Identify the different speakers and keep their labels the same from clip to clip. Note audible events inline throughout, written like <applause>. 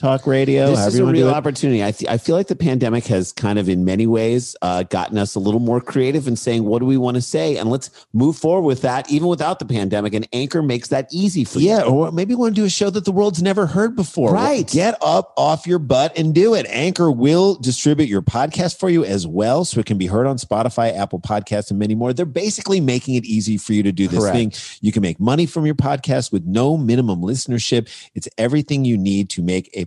Speaker 1: talk radio,
Speaker 2: this
Speaker 1: however
Speaker 2: is
Speaker 1: you
Speaker 2: a
Speaker 1: wanna do
Speaker 2: real
Speaker 1: it.
Speaker 2: opportunity. I, th- I feel like the pandemic has kind of, in many ways, uh, gotten us a little more creative in saying what do we want to say, and let's move forward with that, even without the pandemic. And Anchor makes that easy for you.
Speaker 1: Yeah, or maybe you want to do a show that the world's never heard before.
Speaker 2: Right.
Speaker 1: Get up off your butt and do it. Anchor will distribute your podcast for you as well, so it can be heard on Spotify, Apple Podcasts, and many more. They're basically making it easy for you to do this
Speaker 2: Correct.
Speaker 1: thing. You can make money from your podcast with no minimum listenership. It's everything you need to make a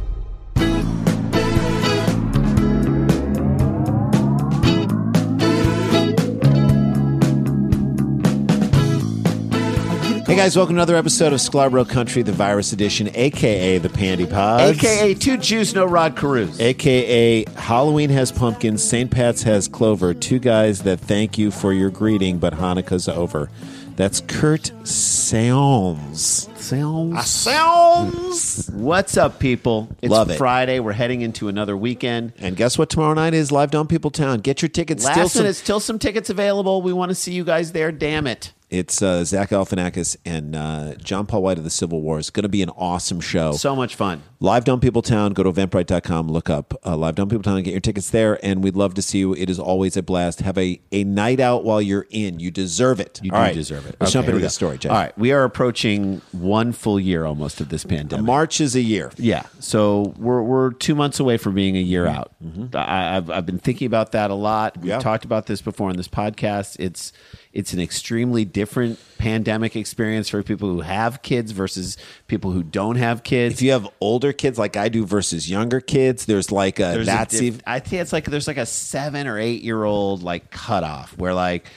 Speaker 1: Hey guys, welcome to another episode of Scarborough Country, the virus edition, aka the Pandy Pods.
Speaker 2: AKA two Jews, no Rod Carews.
Speaker 1: AKA Halloween has pumpkins, St. Pat's has clover. Two guys that thank you for your greeting, but Hanukkah's over. That's Kurt Sounds.
Speaker 2: Sounds.
Speaker 1: Sounds.
Speaker 2: What's up, people? It's
Speaker 1: Love it.
Speaker 2: Friday. We're heading into another weekend.
Speaker 1: And guess what? Tomorrow night is live Dumb People Town. Get your tickets.
Speaker 2: Last
Speaker 1: Still
Speaker 2: minute,
Speaker 1: some-
Speaker 2: there's still some tickets available. We want to see you guys there. Damn it.
Speaker 1: It's uh, Zach Galifianakis and uh, John Paul White of the Civil War. It's going to be an awesome show.
Speaker 2: So much fun.
Speaker 1: Live Dumb People Town, go to eventbrite.com, look up uh, Live Dumb People Town, get your tickets there, and we'd love to see you. It is always a blast. Have a, a night out while you're in. You deserve it. You
Speaker 2: do deserve it.
Speaker 1: Let's
Speaker 2: Okay,
Speaker 1: jump
Speaker 2: here
Speaker 1: into
Speaker 2: we go.
Speaker 1: the story, Jay.
Speaker 2: All right. We are approaching one full year almost of this pandemic.
Speaker 1: March is a year.
Speaker 2: Yeah. So we're we're two months away from being a year out. I, I've I've been thinking about that a lot. We've
Speaker 1: Yeah.
Speaker 2: talked about this before on this podcast. It's it's an extremely different pandemic experience for people who have kids versus people who don't have kids.
Speaker 1: If you have older kids like I do versus younger kids, there's like a
Speaker 2: There's a
Speaker 1: that's
Speaker 2: diff-
Speaker 1: even.
Speaker 2: I think it's like there's like a seven or eight year old like cutoff where like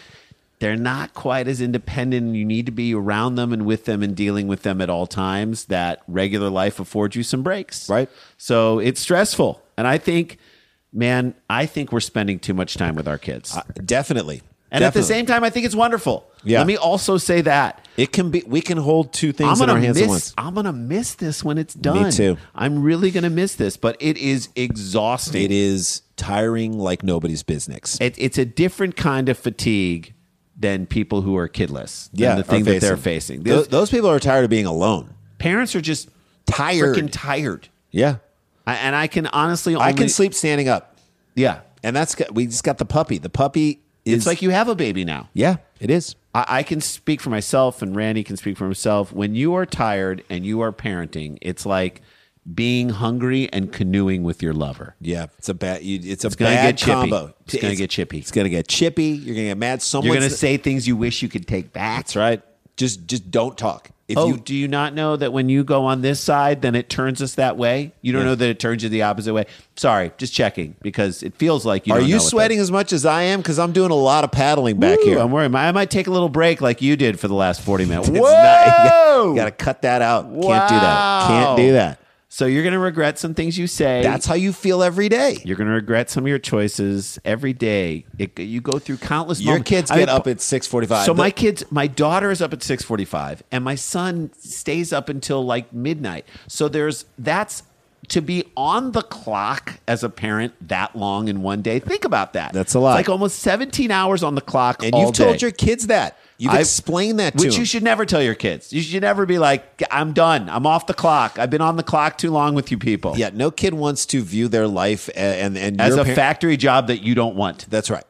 Speaker 2: they're not quite as independent. and You need to be around them and with them and dealing with them at all times. That regular life affords you some breaks,
Speaker 1: Right.
Speaker 2: So it's stressful, and I think, man, I think we're spending too much time with our kids.
Speaker 1: Definitely.
Speaker 2: and at the same time, I think it's wonderful.
Speaker 1: Yeah.
Speaker 2: Let me also say that
Speaker 1: it can be. We can hold two things in our hands
Speaker 2: miss,
Speaker 1: at once.
Speaker 2: I'm gonna miss this when it's done.
Speaker 1: too.
Speaker 2: I'm really gonna miss this, but it is exhausting.
Speaker 1: It is tiring like nobody's business.
Speaker 2: it, it's a different kind of fatigue than people who are kidless. than
Speaker 1: yeah,
Speaker 2: the thing
Speaker 1: are
Speaker 2: that they're facing.
Speaker 1: Tho-
Speaker 2: Those,
Speaker 1: Those, people are tired of being alone.
Speaker 2: parents are just
Speaker 1: Tired.
Speaker 2: freaking tired.
Speaker 1: Yeah.
Speaker 2: I, and I can honestly, only,
Speaker 1: I can sleep standing up,
Speaker 2: Yeah,
Speaker 1: and that's got- we just got the puppy. The puppy is
Speaker 2: it's like you have a baby now.
Speaker 1: yeah, it is.
Speaker 2: I, I can speak for myself, and Randy can speak for himself. When you are tired and you are parenting, it's like being hungry and canoeing with your lover.
Speaker 1: Yeah, it's a bad. You, it's a
Speaker 2: gonna
Speaker 1: bad
Speaker 2: get chippy.
Speaker 1: combo.
Speaker 2: It's gonna get chippy.
Speaker 1: It's gonna get chippy. You're gonna get mad. Someone's
Speaker 2: You're going to say things you wish you could take back.
Speaker 1: that's right. Just just don't talk. If
Speaker 2: oh,
Speaker 1: you
Speaker 2: do you not know that when you go on this side, then it turns us that way? You don't
Speaker 1: Yeah.
Speaker 2: know that it turns you the opposite way. Sorry, just checking because it feels like you.
Speaker 1: are
Speaker 2: don't know
Speaker 1: you
Speaker 2: what that-
Speaker 1: sweating as much as I am? Because I'm doing a lot of paddling back
Speaker 2: Ooh,
Speaker 1: here.
Speaker 2: I'm worried. I might take a little break like you did for the last 40
Speaker 1: <laughs>
Speaker 2: minutes.
Speaker 1: It's
Speaker 2: Whoa!
Speaker 1: not- <laughs> you
Speaker 2: <laughs>
Speaker 1: gotta- you got to cut that out. Can't do that. Can't do
Speaker 2: Wow.
Speaker 1: that.
Speaker 2: so you're going to regret some things you say.
Speaker 1: That's how you feel every day.
Speaker 2: you're going to regret some of your choices every day. It, you go through countless.
Speaker 1: Your
Speaker 2: moments.
Speaker 1: kids
Speaker 2: I
Speaker 1: get
Speaker 2: mean,
Speaker 1: up at six forty-five.
Speaker 2: So my kids, my daughter is up at six forty-five, and my son stays up until like midnight. So there's that's to be on the clock as a parent that long in one day. Think about that.
Speaker 1: That's a lot.
Speaker 2: It's like almost seventeen hours on the clock.
Speaker 1: and
Speaker 2: all
Speaker 1: you've told
Speaker 2: day.
Speaker 1: your kids that. You've
Speaker 2: I've-
Speaker 1: explained that to
Speaker 2: Which
Speaker 1: them.
Speaker 2: you should never tell your kids. You should never be like, "I'm done. I'm off the clock. I've been on the clock too long with you people."
Speaker 1: yeah, no kid wants to view their life a- and and
Speaker 2: As
Speaker 1: your
Speaker 2: a
Speaker 1: par-
Speaker 2: factory job that you don't want.
Speaker 1: That's right.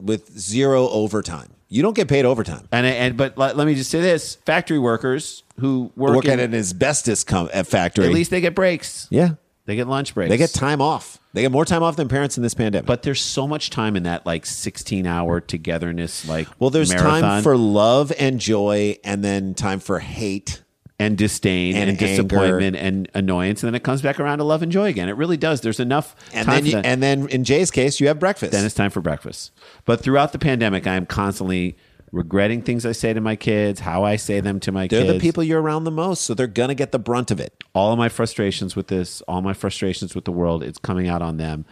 Speaker 1: With zero overtime, you don't get paid overtime.
Speaker 2: And and but let, let me just say this: factory workers who work,
Speaker 1: Work
Speaker 2: in-
Speaker 1: at an asbestos com- at factory.
Speaker 2: at least they get breaks.
Speaker 1: yeah,
Speaker 2: They get lunch breaks.
Speaker 1: they get time off. They get more time off than parents in this pandemic.
Speaker 2: But there's so much time in that like 16 hour togetherness, like
Speaker 1: well, there's time
Speaker 2: marathon
Speaker 1: for love and joy, and then time for hate.
Speaker 2: and disdain
Speaker 1: and
Speaker 2: and,
Speaker 1: anger.
Speaker 2: disappointment and annoyance, and then it comes back around to love and joy again. It really does. There's enough
Speaker 1: And
Speaker 2: time.
Speaker 1: then, you,
Speaker 2: for that.
Speaker 1: and then in Jay's case, you have breakfast.
Speaker 2: then it's time for breakfast. But throughout the pandemic, I am constantly regretting things I say to my kids, how I say them to my
Speaker 1: They're
Speaker 2: kids.
Speaker 1: the people you're around the most, so they're gonna get the brunt of it.
Speaker 2: all of my frustrations with this, all my frustrations with the world, it's coming out on them.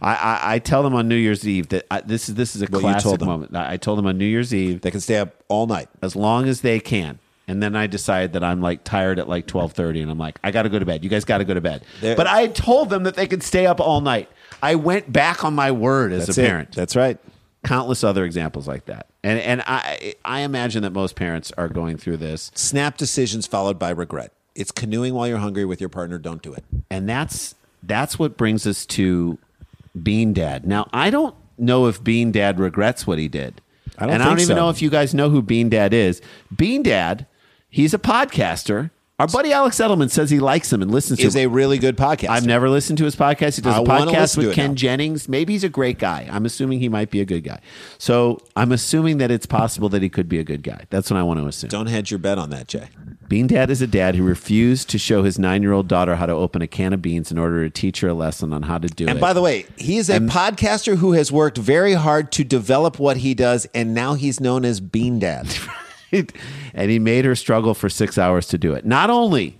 Speaker 2: I, I, I tell them on New Year's Eve that I, this is this is a
Speaker 1: What you
Speaker 2: classic
Speaker 1: told them.
Speaker 2: moment. I I told them on New Year's Eve
Speaker 1: They can stay up all night.
Speaker 2: as long as they can. And then I decide that I'm like tired at like 12:30 and I'm like I got to go to bed. You guys got to go to bed.
Speaker 1: There-
Speaker 2: but I had told them that they could stay up all night. I went back on my word as
Speaker 1: That's
Speaker 2: a
Speaker 1: it.
Speaker 2: parent.
Speaker 1: That's right.
Speaker 2: Countless other examples like that. And and I I imagine that most parents are going through this.
Speaker 1: Snap decisions followed by regret. It's canoeing while you're hungry with your partner. Don't do it.
Speaker 2: And that's that's what brings us to Bean Dad. Now, I don't know if Bean Dad regrets what he did.
Speaker 1: I don't
Speaker 2: and I
Speaker 1: think
Speaker 2: don't even
Speaker 1: so.
Speaker 2: know if you guys know who Bean Dad is. Bean Dad, he's a podcaster. Our buddy Alex Edelman says he likes him and listens
Speaker 1: Is
Speaker 2: to
Speaker 1: a
Speaker 2: him.
Speaker 1: really good podcast.
Speaker 2: I've never listened to his podcast. He does
Speaker 1: I
Speaker 2: a
Speaker 1: wanna
Speaker 2: podcast
Speaker 1: listen to
Speaker 2: with
Speaker 1: it
Speaker 2: Ken
Speaker 1: now.
Speaker 2: Jennings. Maybe he's a great guy. I'm assuming he might be a good guy. So I'm assuming that it's possible that he could be a good guy. That's what I want to assume.
Speaker 1: Don't hedge your bet on that, Jay.
Speaker 2: Bean Dad is a dad who refused to show his nine year old daughter how to open a can of beans in order to teach her a lesson on how to do it.
Speaker 1: And by the way, he is a podcaster who has worked very hard to develop what he does, and now he's known as Bean Dad.
Speaker 2: and he made her struggle for six hours to do it. Not only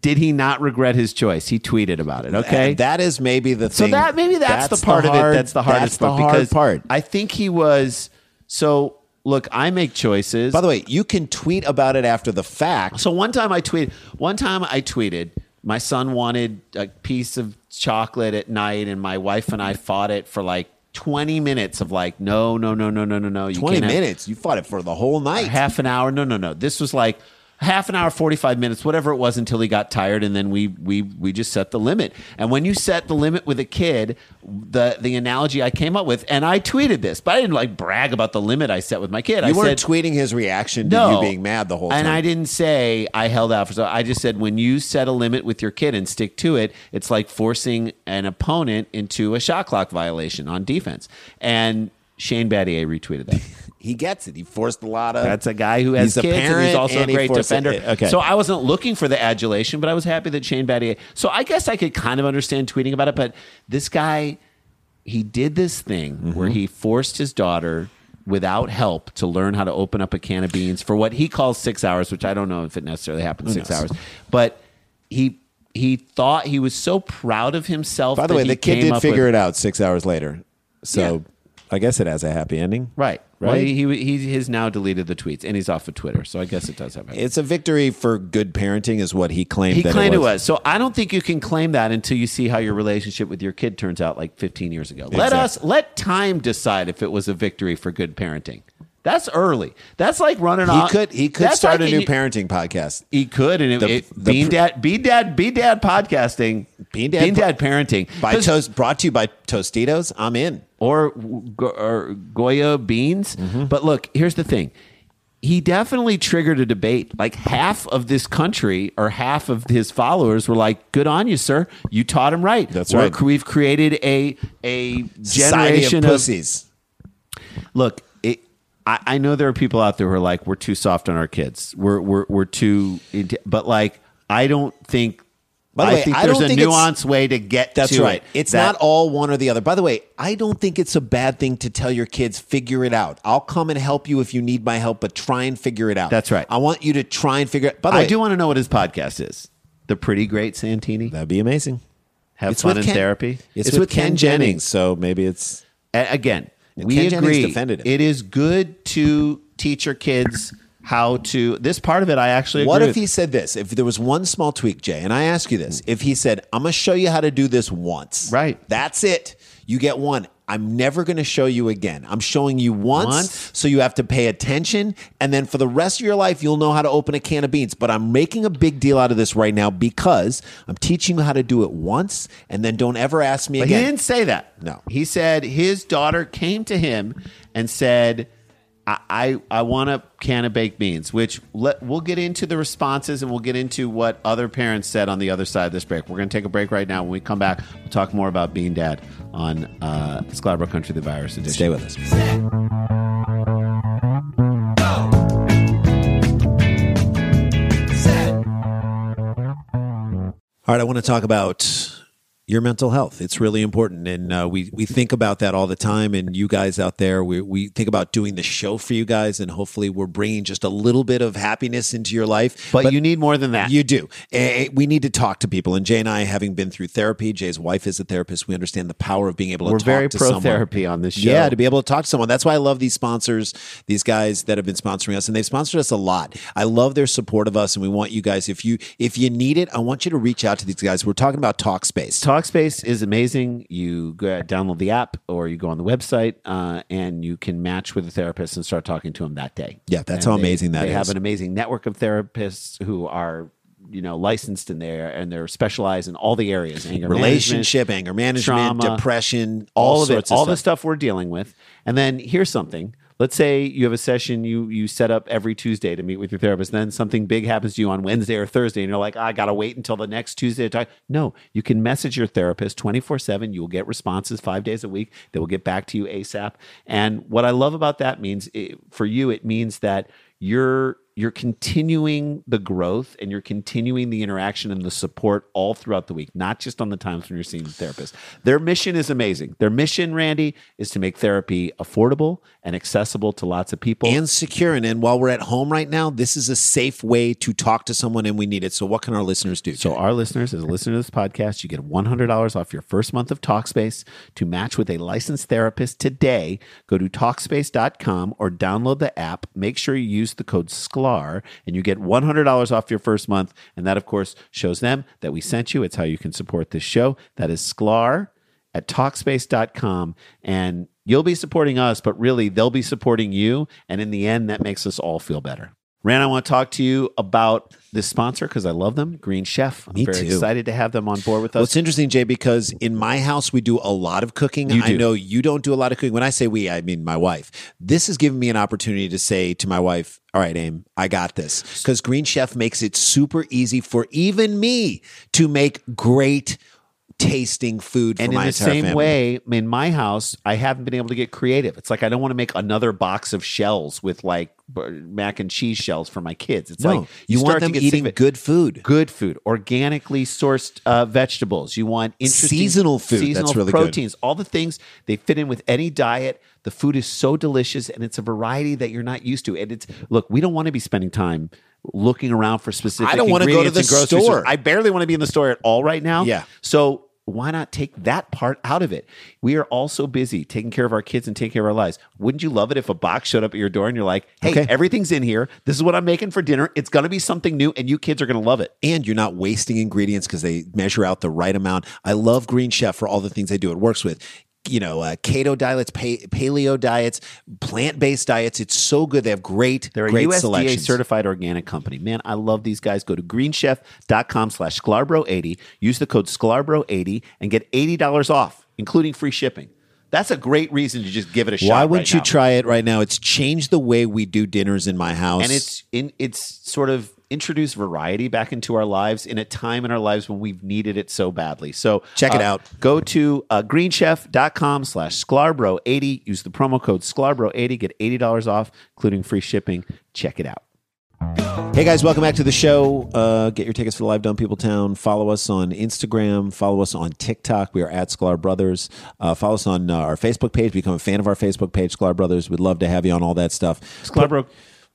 Speaker 2: did he not regret his choice, he tweeted about it. <laughs> Okay.
Speaker 1: And that is maybe the
Speaker 2: so
Speaker 1: thing.
Speaker 2: that maybe that's, the part of
Speaker 1: hard-
Speaker 2: it that's the
Speaker 1: That's
Speaker 2: hardest
Speaker 1: the
Speaker 2: part
Speaker 1: hard
Speaker 2: because
Speaker 1: part.
Speaker 2: I think he was so look, I make choices.
Speaker 1: By the way, you can tweet about it after the fact.
Speaker 2: So one time I tweeted. One time I tweeted. My son wanted a piece of chocolate at night, and my wife and I fought it for like twenty minutes of like, no, no, no, no, no, no, no. You
Speaker 1: 20
Speaker 2: can't have-
Speaker 1: minutes. You fought it for the whole night.
Speaker 2: half an hour. No, no, no. This was like half an hour, forty five minutes, whatever it was, until he got tired, and then we we we just set the limit. And when you set the limit with a kid, the the analogy I came up with, and I tweeted this, but I didn't like brag about the limit I set with my kid. I
Speaker 1: you weren't
Speaker 2: said,
Speaker 1: tweeting his reaction to you being mad the whole time.
Speaker 2: and I didn't say I held out for so I just said when you set a limit with your kid and stick to it, it's like forcing an opponent into a shot clock violation on defense. And Shane Battier retweeted that.
Speaker 1: He gets it. He forced a lot of.
Speaker 2: That's a guy who has
Speaker 1: Uh, He's a
Speaker 2: kids and he's
Speaker 1: parent
Speaker 2: also
Speaker 1: and
Speaker 2: a
Speaker 1: he
Speaker 2: great
Speaker 1: forced it.
Speaker 2: defender.
Speaker 1: Okay.
Speaker 2: So I wasn't looking for the adulation, but I was happy that Shane Battier. So I guess I could kind of understand tweeting about it, but this guy, he did this thing where
Speaker 1: Mm-hmm.
Speaker 2: he forced his daughter without help to learn how to open up a can of beans for what he calls six hours, which I don't know if it necessarily happened six
Speaker 1: knows?
Speaker 2: hours, but he he thought he was so proud of himself.
Speaker 1: By the way, the kid did figure it out six hours later. So I guess it has a happy ending.
Speaker 2: Right, right.
Speaker 1: Right?
Speaker 2: he, he he has now deleted the tweets and he's off of Twitter, so I guess it does have.
Speaker 1: It's a victory for good parenting, is what he claimed.
Speaker 2: He
Speaker 1: that
Speaker 2: claimed
Speaker 1: it was.
Speaker 2: So I don't think you can claim that until you see how your relationship with your kid turns out like 15 years ago. Let
Speaker 1: Exactly.
Speaker 2: us let time decide if it was a victory for good parenting. That's early. That's like running
Speaker 1: He
Speaker 2: off.
Speaker 1: could he could
Speaker 2: Uh, that's
Speaker 1: start
Speaker 2: like
Speaker 1: a new
Speaker 2: in-
Speaker 1: parenting podcast.
Speaker 2: He could, and it,
Speaker 1: The-
Speaker 2: it-
Speaker 1: the
Speaker 2: being
Speaker 1: pr-
Speaker 2: dad, be dad, be dad podcasting,
Speaker 1: Being Dad
Speaker 2: being
Speaker 1: po-
Speaker 2: dad parenting,
Speaker 1: By
Speaker 2: 'Cause-
Speaker 1: toast, brought to you by Tostitos. I'm in.
Speaker 2: or, go- or Goya beans.
Speaker 1: Mm-hmm.
Speaker 2: But look, here's the thing. He definitely triggered a debate. Like half of this country or half of his followers were like, "Good on you, sir. You taught him right.
Speaker 1: That's
Speaker 2: We're-
Speaker 1: right.
Speaker 2: We've created a a
Speaker 1: Society
Speaker 2: generation
Speaker 1: of
Speaker 2: of,
Speaker 1: pussies.
Speaker 2: look, it, I, I know there are people out there who are like, we're too soft on our kids. We're we're we're too, into-" but like, I don't think.
Speaker 1: By the
Speaker 2: I
Speaker 1: way,
Speaker 2: think
Speaker 1: I
Speaker 2: there's
Speaker 1: don't
Speaker 2: a
Speaker 1: think it's-
Speaker 2: nuanced way to get.
Speaker 1: That's
Speaker 2: to
Speaker 1: right.
Speaker 2: it.
Speaker 1: It's
Speaker 2: That-
Speaker 1: not all one or the other. By the way, I don't think it's a bad thing to tell your kids figure it out. I'll come and help you if you need my help, but try and figure it out.
Speaker 2: That's right.
Speaker 1: I want you to try and figure. By the
Speaker 2: I
Speaker 1: way,
Speaker 2: do want to know what his podcast is. The Pretty Great Santini.
Speaker 1: that'd be amazing.
Speaker 2: Have
Speaker 1: It's
Speaker 2: fun
Speaker 1: with
Speaker 2: in
Speaker 1: Ken-
Speaker 2: therapy.
Speaker 1: It's, with, Ken, Jennings, so maybe it's
Speaker 2: A- again, we
Speaker 1: Ken Jennings
Speaker 2: agree.
Speaker 1: defended it.
Speaker 2: It is good to teach your kids how to. This part of it, I actually.
Speaker 1: What
Speaker 2: agree
Speaker 1: if
Speaker 2: with.
Speaker 1: he said this? If there was one small tweak, Jay, and I ask you this, if he said, I'm going to show you how to do this once.
Speaker 2: Right.
Speaker 1: That's it. You get one. I'm never going to show you again. I'm showing you once,
Speaker 2: Once.
Speaker 1: so you have to pay attention. And then for the rest of your life, you'll know how to open a can of beans. But I'm making a big deal out of this right now because I'm teaching you how to do it once, and then don't ever ask me
Speaker 2: But
Speaker 1: again.
Speaker 2: he didn't say that.
Speaker 1: No.
Speaker 2: He said his daughter came to him and said, I, I, I want a can of baked beans, which let, we'll get into the responses and we'll get into what other parents said on the other side of this break. We're going to take a break right now. When we come back, we'll talk more about Bean Dad on uh, Scarborough Country, the virus edition.
Speaker 1: Stay with us. All right, I want to talk about your mental health. It's really important, and uh, we we think about that all the time. And you guys out there, we we think about doing the show for you guys, and hopefully, we're bringing just a little bit of happiness into your life.
Speaker 2: But, you need more than that.
Speaker 1: You do. Eh, eh, we need to talk to people. And Jay and I, having been through therapy, Jay's wife is a therapist. We understand the power of being able to
Speaker 2: We're
Speaker 1: talk
Speaker 2: very
Speaker 1: to
Speaker 2: pro
Speaker 1: someone.
Speaker 2: therapy on this show.
Speaker 1: Yeah, to be able to talk to someone. That's why I love these sponsors, these guys that have been sponsoring us, and they've sponsored us a lot. I love their support of us, and we want you guys. If you if you need it, I want you to reach out to these guys. We're talking about TalkSpace.
Speaker 2: Talkspace is amazing. You go, download the app or you go on the website uh, and you can match with a therapist and start talking to him that day.
Speaker 1: Yeah, that's
Speaker 2: And
Speaker 1: how
Speaker 2: they-
Speaker 1: amazing that
Speaker 2: they
Speaker 1: is.
Speaker 2: have an amazing network of therapists who are, you know, licensed in there and they're specialized in all the areas anger
Speaker 1: Relationship, anger management,
Speaker 2: trauma,
Speaker 1: depression, all,
Speaker 2: all, of
Speaker 1: sorts
Speaker 2: it, all
Speaker 1: of
Speaker 2: the
Speaker 1: stuff.
Speaker 2: stuff we're dealing with. And then here's something. Let's say you have a session you you set up every Tuesday to meet with your therapist. Then something big happens to you on Wednesday or Thursday, and you're like, "Ah, I gotta wait until the next Tuesday to talk. No, you can message your therapist 24 seven. You will get responses five days a week. They will get back to you ASAP. And what I love about that means it, for you, it means that you're you're continuing the growth and you're continuing the interaction and the support all throughout the week, not just on the times when you're seeing the therapist. Their mission is amazing. Their mission, Randy, is to make therapy affordable and accessible to lots of people.
Speaker 1: and secure. And, and while we're at home right now, this is a safe way to talk to someone, and we need it. So, what can our listeners do?
Speaker 2: So our listeners, as a listener to this podcast, you get $100 off your first month of Talkspace to match with a licensed therapist today. Go to Talkspace.com or download the app. Make sure you use the code SCLAR and you get $100 off your first month. And that, of course, shows them that we sent you. It's how you can support this show. That is SCLAR at Talkspace.com. And you'll be supporting us, but really they'll be supporting you. And in the end, that makes us all feel better. Rand, I want to talk to you about this sponsor because I love them, Green Chef. I'm
Speaker 1: Me
Speaker 2: very
Speaker 1: too.
Speaker 2: excited to have them on board with
Speaker 1: Well,
Speaker 2: us.
Speaker 1: it's interesting, Jay, because in my house we do a lot of cooking.
Speaker 2: You
Speaker 1: I
Speaker 2: do.
Speaker 1: know you don't do a lot of cooking. When I say we, I mean my wife. This has given me an opportunity to say to my wife, "All right, Aim, I got this." Because Green Chef makes it super easy for even me to make great tasting food for
Speaker 2: and in
Speaker 1: my
Speaker 2: the
Speaker 1: entire
Speaker 2: same
Speaker 1: family.
Speaker 2: way, in my house, I haven't been able to get creative. It's like I don't want to make another box of shells with like b- mac and cheese shells for my kids. It's
Speaker 1: No,
Speaker 2: like
Speaker 1: you
Speaker 2: start
Speaker 1: want
Speaker 2: to
Speaker 1: them
Speaker 2: get sick of
Speaker 1: eating
Speaker 2: it.
Speaker 1: good food.
Speaker 2: good food, organically sourced uh, vegetables. You want interesting
Speaker 1: Seasonal food. That's really good.
Speaker 2: proteins, all the things they fit in with any diet. The food is so delicious, and it's a variety that you're not used to. And it's look, we don't want to be spending time looking around for specific.
Speaker 1: I don't wanna
Speaker 2: want
Speaker 1: go to the store.
Speaker 2: I barely want to be in the store at all right now.
Speaker 1: Yeah.
Speaker 2: So why not take that part out of it? We are all so busy taking care of our kids and taking care of our lives. Wouldn't you love it if a box showed up at your door and you're like, hey,
Speaker 1: Okay.
Speaker 2: everything's in here. This is what I'm making for dinner. It's going to be something new, and you kids are going to love it.
Speaker 1: and you're not wasting ingredients because they measure out the right amount. I love Green Chef for all the things they do. It works with you know, uh, keto diets, pa- paleo diets, plant based diets. It's so good. They have great,
Speaker 2: They're a
Speaker 1: great
Speaker 2: USDA
Speaker 1: selections.
Speaker 2: certified organic company. Man, I love these guys. Go to greenchef.com slash sklarbro80. Use the code sklarbro80 and get $80 off, including free shipping. That's a great reason to just give it a shot.
Speaker 1: Why
Speaker 2: right
Speaker 1: wouldn't you
Speaker 2: now.
Speaker 1: try it right now? It's changed the way we do dinners in my house.
Speaker 2: And it's in it's sort of introduced variety back into our lives in a time in our lives when we've needed it so badly. So
Speaker 1: Check it
Speaker 2: uh,
Speaker 1: out.
Speaker 2: Go to uh, greenchef.com slash sklarbro80. Use the promo code sklarbro80. Get $80 off, including free shipping. Check it out.
Speaker 1: Hey guys, welcome back to the show. Uh, get your tickets for the live Dumb People Town. Follow us on Instagram. Follow us on TikTok. We are at Sklar Brothers. Uh, follow us on uh, our Facebook page. Become a fan of our Facebook page, Sklar Brothers. We'd love to have you on all that stuff.
Speaker 2: Sklarbro,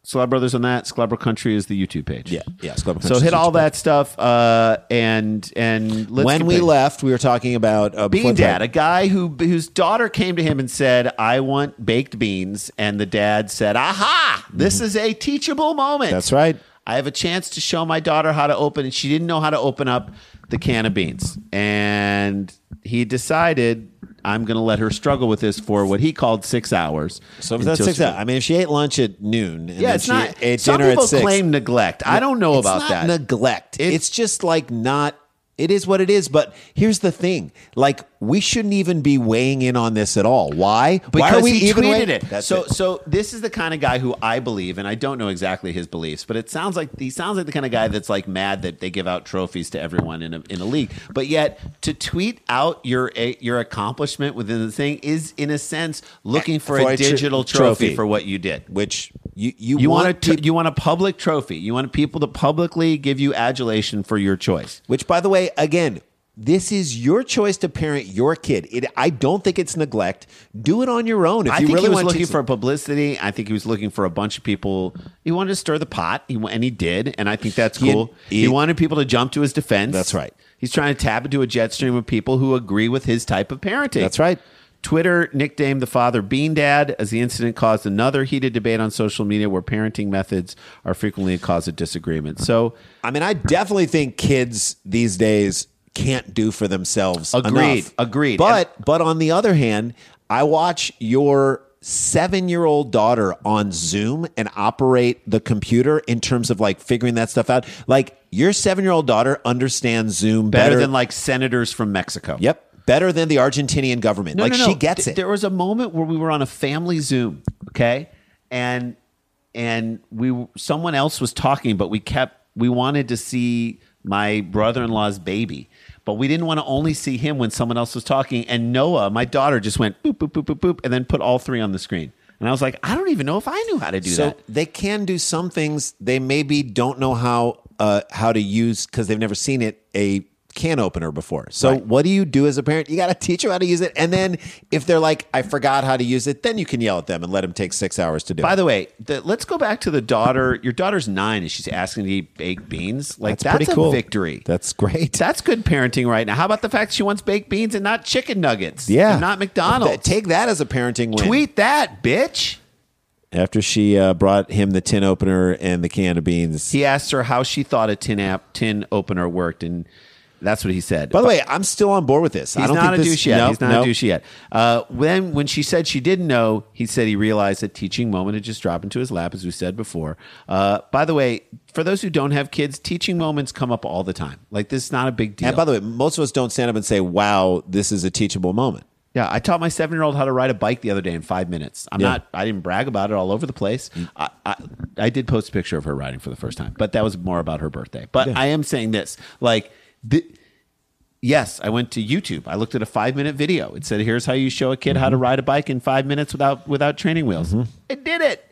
Speaker 2: Sklar Brothers on that. Sklarbro Country is the YouTube page.
Speaker 1: Yeah, yeah. Sklar
Speaker 2: So hit all that stuff uh, and and let's
Speaker 1: when we
Speaker 2: compare-
Speaker 1: left, we were talking about uh, before
Speaker 2: Bean
Speaker 1: the break.
Speaker 2: Dad, a guy who whose daughter came to him and said, "I want baked beans," and the dad said, "Aha! This is a teachable moment.
Speaker 1: Mm-hmm. That's right.
Speaker 2: I have a chance to show my daughter how to open, and she didn't know how to open up the can of beans. And he decided, I'm going to let her struggle with this for what he called six hours.
Speaker 1: So if that's
Speaker 2: until
Speaker 1: six
Speaker 2: she-
Speaker 1: hours. I mean, if she ate lunch at noon, and
Speaker 2: Yeah,
Speaker 1: then
Speaker 2: it's
Speaker 1: she
Speaker 2: not.
Speaker 1: ate
Speaker 2: some
Speaker 1: dinner
Speaker 2: people
Speaker 1: at six.
Speaker 2: claim neglect. I don't know
Speaker 1: it's
Speaker 2: about
Speaker 1: not
Speaker 2: that.
Speaker 1: Neglect.
Speaker 2: It-
Speaker 1: it's just like not. It is what it is. But here's the thing: like we shouldn't even be weighing in on this at all. Why? Why
Speaker 2: because
Speaker 1: are we
Speaker 2: he
Speaker 1: even
Speaker 2: tweeted
Speaker 1: weighing-
Speaker 2: it.
Speaker 1: That's
Speaker 2: so so this is the kind of guy who I believe, and I don't know exactly his beliefs, but it sounds like he sounds like the kind of guy that's like mad that they give out trophies to everyone in a in a league, but yet to tweet out your a, your accomplishment within the thing is in a sense looking for,
Speaker 1: For
Speaker 2: a,
Speaker 1: a tr-
Speaker 2: digital trophy,
Speaker 1: trophy.
Speaker 2: for what you did.
Speaker 1: which you you,
Speaker 2: You want,
Speaker 1: want,
Speaker 2: a
Speaker 1: to.
Speaker 2: t- you want a public trophy. You want people to publicly give you adulation for your choice.
Speaker 1: which, by the way, again. This is your choice to parent your kid. It, I don't think it's neglect. Do it on your own. If
Speaker 2: I
Speaker 1: you
Speaker 2: think
Speaker 1: really
Speaker 2: he was
Speaker 1: want to
Speaker 2: looking
Speaker 1: teach-
Speaker 2: for publicity. I think he was looking for a bunch of people. He wanted to stir the pot, he, wa- and he did. And I think that's
Speaker 1: He-
Speaker 2: cool. He,
Speaker 1: he-
Speaker 2: wanted people to jump to his defense.
Speaker 1: That's right.
Speaker 2: He's trying to tap into a jet stream of people who agree with his type of parenting.
Speaker 1: That's right.
Speaker 2: Twitter nicknamed the father Bean Dad as the incident caused another heated debate on social media where parenting methods are frequently a cause of disagreement. So,
Speaker 1: I mean, I definitely think kids these days can't do for themselves.
Speaker 2: Agreed.
Speaker 1: enough.
Speaker 2: Agreed.
Speaker 1: But but on the other hand, I watch your seven year old daughter on Zoom and operate the computer in terms of like figuring that stuff out. Like your seven year old daughter understands Zoom
Speaker 2: better,
Speaker 1: better,
Speaker 2: than like senators from Mexico.
Speaker 1: yep better than the Argentinian government. like she gets
Speaker 2: Th-
Speaker 1: it.
Speaker 2: There was a moment where we were on a family Zoom, okay, and and we someone else was talking, but we kept we wanted to see my brother-in-law's baby, but we didn't want to only see him when someone else was talking. And Noah, my daughter, just went boop boop boop boop boop, and then put all three on the screen. And I was like, I don't even know if I knew how to do
Speaker 1: so
Speaker 2: that.
Speaker 1: they can do some things they maybe don't know how uh, how to use because they've never seen it a can opener before. So
Speaker 2: Right.
Speaker 1: what do you do as a parent? You got to <laughs> teach them how to use it, and then if they're like, "I forgot how to use it," then you can yell at them and let them take six hours to do
Speaker 2: By
Speaker 1: it.
Speaker 2: the way, the, let's go back to the daughter. Your daughter's nine, and she's asking to eat baked beans. Like that's, a victory.
Speaker 1: That's great.
Speaker 2: That's good parenting right now. How about the fact she wants baked beans and not chicken
Speaker 1: <laughs>
Speaker 2: nuggets?
Speaker 1: yeah,
Speaker 2: And not
Speaker 1: Th-
Speaker 2: McDonald's.
Speaker 1: Take that as a parenting win.
Speaker 2: Tweet that, bitch.
Speaker 1: after she uh, brought him the tin opener and the can of beans.
Speaker 2: He asked her how she thought a tin app tin opener worked, and that's what he said.
Speaker 1: By the way, I'm still on board with this. I
Speaker 2: he's
Speaker 1: don't
Speaker 2: not a
Speaker 1: think this,
Speaker 2: douche yet.
Speaker 1: No,
Speaker 2: he's not
Speaker 1: no.
Speaker 2: a douche yet. Uh, when when she said she didn't know, he said he realized that teaching moment had just dropped into his lap, as we said before. Uh, by the way, for those who don't have kids, teaching moments come up all the time. Like this is not a big deal.
Speaker 1: And by the way, most of us don't stand up and say, "Wow, this is a teachable moment."
Speaker 2: Yeah, I taught my seven year old how to ride a bike the other day in five minutes. I'm
Speaker 1: Yeah. Mm.
Speaker 2: not, I didn't brag about it all over the place. I, I, I did post a picture of her riding for the first time, but that was more about her birthday. But I am saying this like, th- yes, I went to YouTube. I looked at a five minute video. It said, here's how you show a kid how
Speaker 1: Mm-hmm.
Speaker 2: to ride a bike in five minutes without, without training wheels. I did it.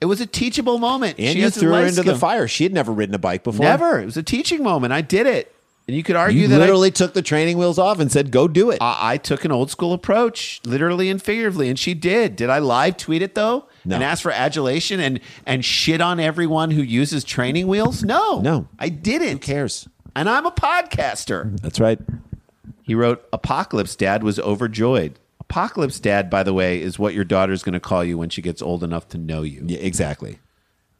Speaker 2: It was a teachable moment.
Speaker 1: And
Speaker 2: She
Speaker 1: you
Speaker 2: has a
Speaker 1: threw her
Speaker 2: life
Speaker 1: into the
Speaker 2: skill.
Speaker 1: fire. She had never ridden a bike before.
Speaker 2: Never. It was a teaching moment. I did it. And you could argue
Speaker 1: You,
Speaker 2: that I
Speaker 1: literally took the training wheels off and said, "Go do it."
Speaker 2: I, I took an old school approach, literally and figuratively, and she did. Did I live tweet it though?
Speaker 1: No.
Speaker 2: And ask for adulation and and shit on everyone who uses training wheels? No.
Speaker 1: No.
Speaker 2: I didn't. Who
Speaker 1: cares?
Speaker 2: And I'm a podcaster.
Speaker 1: That's right.
Speaker 2: He wrote, Apocalypse Dad was overjoyed. Apocalypse Dad, by the way, is what your daughter's gonna call you when she gets old enough to know you.
Speaker 1: Yeah, exactly.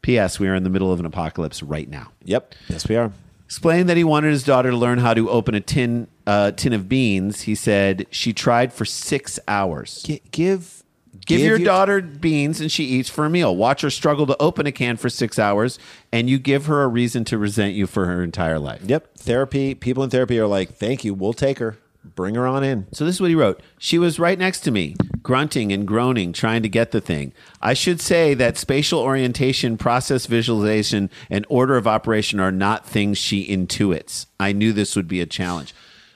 Speaker 2: P.S. We are in the middle of an apocalypse right now.
Speaker 1: Yep. Yes, we are.
Speaker 2: Explained that he wanted his daughter to learn how to open a tin uh, tin of beans, he said she tried for six hours.
Speaker 1: G- give
Speaker 2: Give, your, daughter beans and she eats for a meal. Watch her struggle to open a can for six hours, and you give her a reason to resent you for her entire life.
Speaker 1: Yep. Therapy. People in therapy are like, thank you. We'll take her. Bring her on in.
Speaker 2: So this is what he wrote. She was right next to me, grunting and groaning, trying to get the thing. I should say that spatial orientation, process visualization, and order of operation are not things she intuits. I knew this would be a challenge.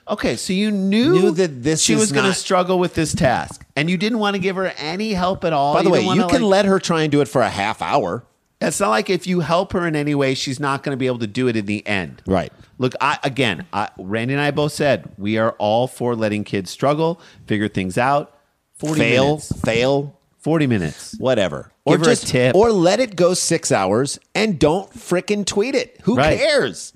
Speaker 2: Okay, so you knew,
Speaker 1: Knew that this
Speaker 2: she
Speaker 1: is
Speaker 2: was going to
Speaker 1: not-
Speaker 2: struggle with this task, and you didn't want to give her any help at all.
Speaker 1: By the way,
Speaker 2: didn't wanna,
Speaker 1: you can
Speaker 2: like-
Speaker 1: let her try and do it for a half hour.
Speaker 2: It's not like if you help her in any way, she's not going to be able to do it in the end.
Speaker 1: Right.
Speaker 2: Look, I, again, I, Randy and I both said we are all for letting kids struggle, figure things out. 40
Speaker 1: fail,
Speaker 2: minutes.
Speaker 1: fail,
Speaker 2: 40 minutes.
Speaker 1: whatever.
Speaker 2: Give her a tip.
Speaker 1: Or let it go six hours and don't frickin' tweet it. Who
Speaker 2: Right.
Speaker 1: cares?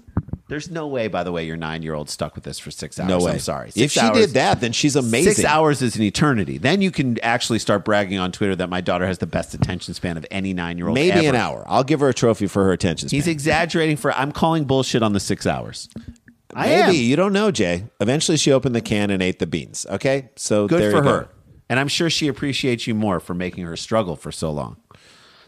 Speaker 2: There's no way, by the way, your nine year old stuck with this for six hours.
Speaker 1: No way.
Speaker 2: I'm sorry.
Speaker 1: if
Speaker 2: Six
Speaker 1: she
Speaker 2: hours-
Speaker 1: did that, then she's amazing.
Speaker 2: Six hours is an eternity. Then you can actually start bragging on Twitter that my daughter has the best attention span of any nine year old.
Speaker 1: Maybe an hour. I'll give her a trophy for her attention span.
Speaker 2: Oh, He's exaggerating for, I'm calling bullshit on the six hours. I am.
Speaker 1: Maybe you don't know, Jay. Eventually, she opened the can and ate the beans. Okay, so
Speaker 2: Good
Speaker 1: there
Speaker 2: for
Speaker 1: you go.
Speaker 2: her. And I'm sure she appreciates you more for making her struggle for so long.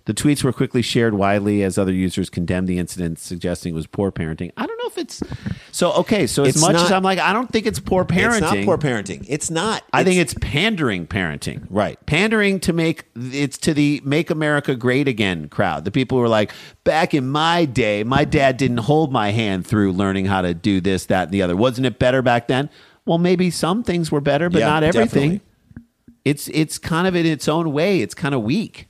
Speaker 2: The tweets were quickly shared widely as other users condemned the incident, suggesting it was poor parenting. I don't know if it's so. Okay, so as
Speaker 1: It's
Speaker 2: much
Speaker 1: not-
Speaker 2: as I'm like, I don't think it's poor parenting.
Speaker 1: It's not poor parenting. It's not.
Speaker 2: I think it's pandering parenting.
Speaker 1: Right.
Speaker 2: Pandering to make it's to the make America great again crowd. The people who are like, back in my day, my dad didn't hold my hand through learning how to do this, that, and the other. Wasn't it better back then? Well, maybe some things were better, but
Speaker 1: Yeah,
Speaker 2: not everything.
Speaker 1: definitely.
Speaker 2: It's it's kind of in its own way, it's kind of weak.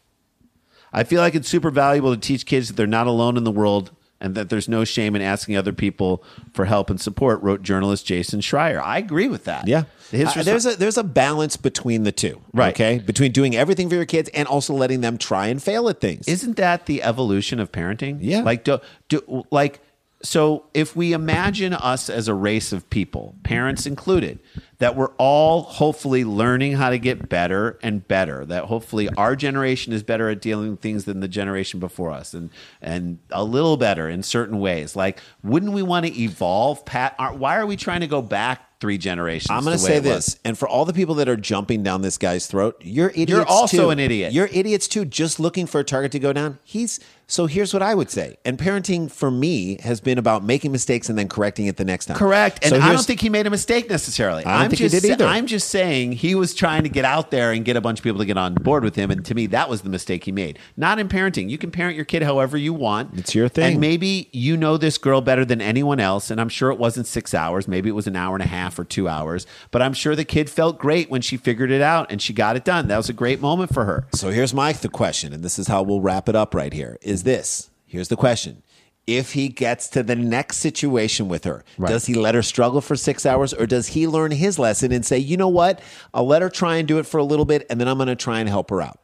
Speaker 2: I feel like it's super valuable to teach kids that they're not alone in the world and that there's no shame in asking other people for help and support, wrote journalist Jason Schreier. I agree with that.
Speaker 1: Yeah,
Speaker 2: His
Speaker 1: Uh, there's a there's a balance between the two.
Speaker 2: Right.
Speaker 1: Okay, between doing everything for your kids and also letting them try and fail at things.
Speaker 2: isn't that the evolution of parenting?
Speaker 1: Yeah.
Speaker 2: Like do, do like so if we imagine us as a race of people, parents included, that we're all hopefully learning how to get better and better, that hopefully our generation is better at dealing with things than the generation before us and and a little better in certain ways. Like wouldn't we want to evolve pat aren't- why are we trying to go back three generations?
Speaker 1: I'm going to
Speaker 2: the way
Speaker 1: say
Speaker 2: it was?
Speaker 1: this, and for all the people that are jumping down this guy's throat, you're idiots.
Speaker 2: also
Speaker 1: too.
Speaker 2: an idiot.
Speaker 1: You're idiots too. Just looking for a target to go down. He's so. Here's what I would say. And parenting for me has been about making mistakes and then correcting it the next time.
Speaker 2: Correct. And
Speaker 1: So
Speaker 2: I
Speaker 1: here's-
Speaker 2: don't think he made a mistake necessarily.
Speaker 1: I don't
Speaker 2: am
Speaker 1: think he
Speaker 2: just
Speaker 1: did
Speaker 2: sa-
Speaker 1: either.
Speaker 2: I'm just saying he was trying to get out there and get a bunch of people to get on board with him. And to me, that was the mistake he made. Not in parenting. You can parent your kid however you want.
Speaker 1: It's your thing.
Speaker 2: And maybe you know this girl better than anyone else. And I'm sure it wasn't six hours. Maybe it was an hour and a half or two hours. But I'm sure the kid felt great when she figured it out and she got it done. That was a great moment for her.
Speaker 1: So here's my th- question, and this is how we'll wrap it up right here. Is this? Here's the question. If he gets to the next situation with her, does he let her struggle for six hours or does he learn his lesson and say, you know what? I'll let her try and do it for a little bit and then I'm going to try and help her out?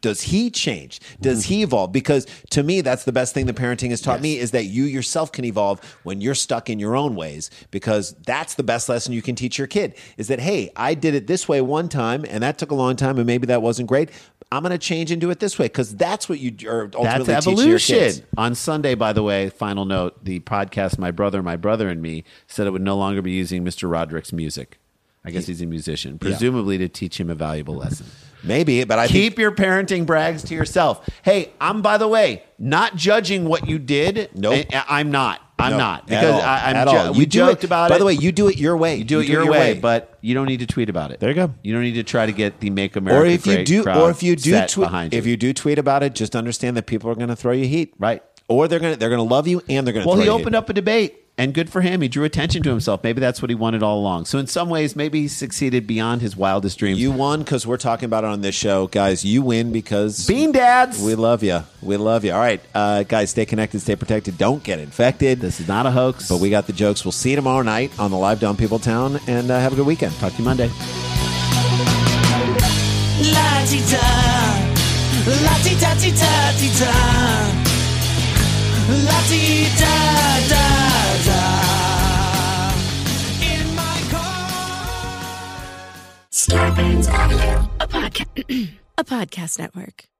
Speaker 1: Does he change? Does
Speaker 2: Mm-hmm.
Speaker 1: he evolve? Because to me, that's the best thing that parenting has taught me is that you yourself can evolve when you're stuck in your own ways. Because that's the best lesson you can teach your kid is that, hey, I did it this way one time and that took a long time and maybe that wasn't great. I'm going to change and do it this way because that's what you are ultimately
Speaker 2: That's
Speaker 1: teaching your kids.
Speaker 2: evolution. On Sunday, by the way, final note: the podcast "My Brother, My Brother and Me" said it would no longer be using Mr. Roderick's music. I guess he's a musician, presumably to teach him a valuable lesson.
Speaker 1: Maybe, but I think
Speaker 2: Keep your parenting brags to yourself. Hey, I'm by the way not judging what you did.
Speaker 1: Nope.
Speaker 2: I, I'm not. I'm
Speaker 1: No,
Speaker 2: not
Speaker 1: at
Speaker 2: because
Speaker 1: all.
Speaker 2: I, I'm.
Speaker 1: At
Speaker 2: jo-
Speaker 1: all.
Speaker 2: We
Speaker 1: You do
Speaker 2: joked
Speaker 1: it-
Speaker 2: about
Speaker 1: by
Speaker 2: it.
Speaker 1: the way, you do it your way. You
Speaker 2: do it your, way, but you don't need to tweet about it.
Speaker 1: There you go.
Speaker 2: You don't need to try to get the "Make America
Speaker 1: or if you
Speaker 2: Great"
Speaker 1: do,
Speaker 2: crowd
Speaker 1: or if you do,
Speaker 2: set
Speaker 1: tweet,
Speaker 2: behind
Speaker 1: if you do tweet about it, just understand that people are going to throw you heat,
Speaker 2: Right.
Speaker 1: Or they're going to they're going to love you and they're going to.
Speaker 2: Well,
Speaker 1: throw
Speaker 2: he
Speaker 1: you heat.
Speaker 2: opened up a debate, and good for him. He drew attention to himself. Maybe that's what he wanted all along. So, in some ways, maybe he succeeded beyond his wildest dreams.
Speaker 1: You won because we're talking about it on this show, guys. You win because
Speaker 2: Bean Dads!
Speaker 1: We love you. We love you. All right, uh, guys, stay connected, stay protected. Don't get infected.
Speaker 2: this is not a hoax.
Speaker 1: but we got the jokes. We'll see you tomorrow night on the live Dumb People Town, and uh, have a good weekend.
Speaker 2: talk to you Monday.
Speaker 3: La-di-da, la-di-da-di-da-di-da, la-di-da-da-da. In my car.
Speaker 4: <clears throat> Scarpins Audio, a podcast, a podcast network.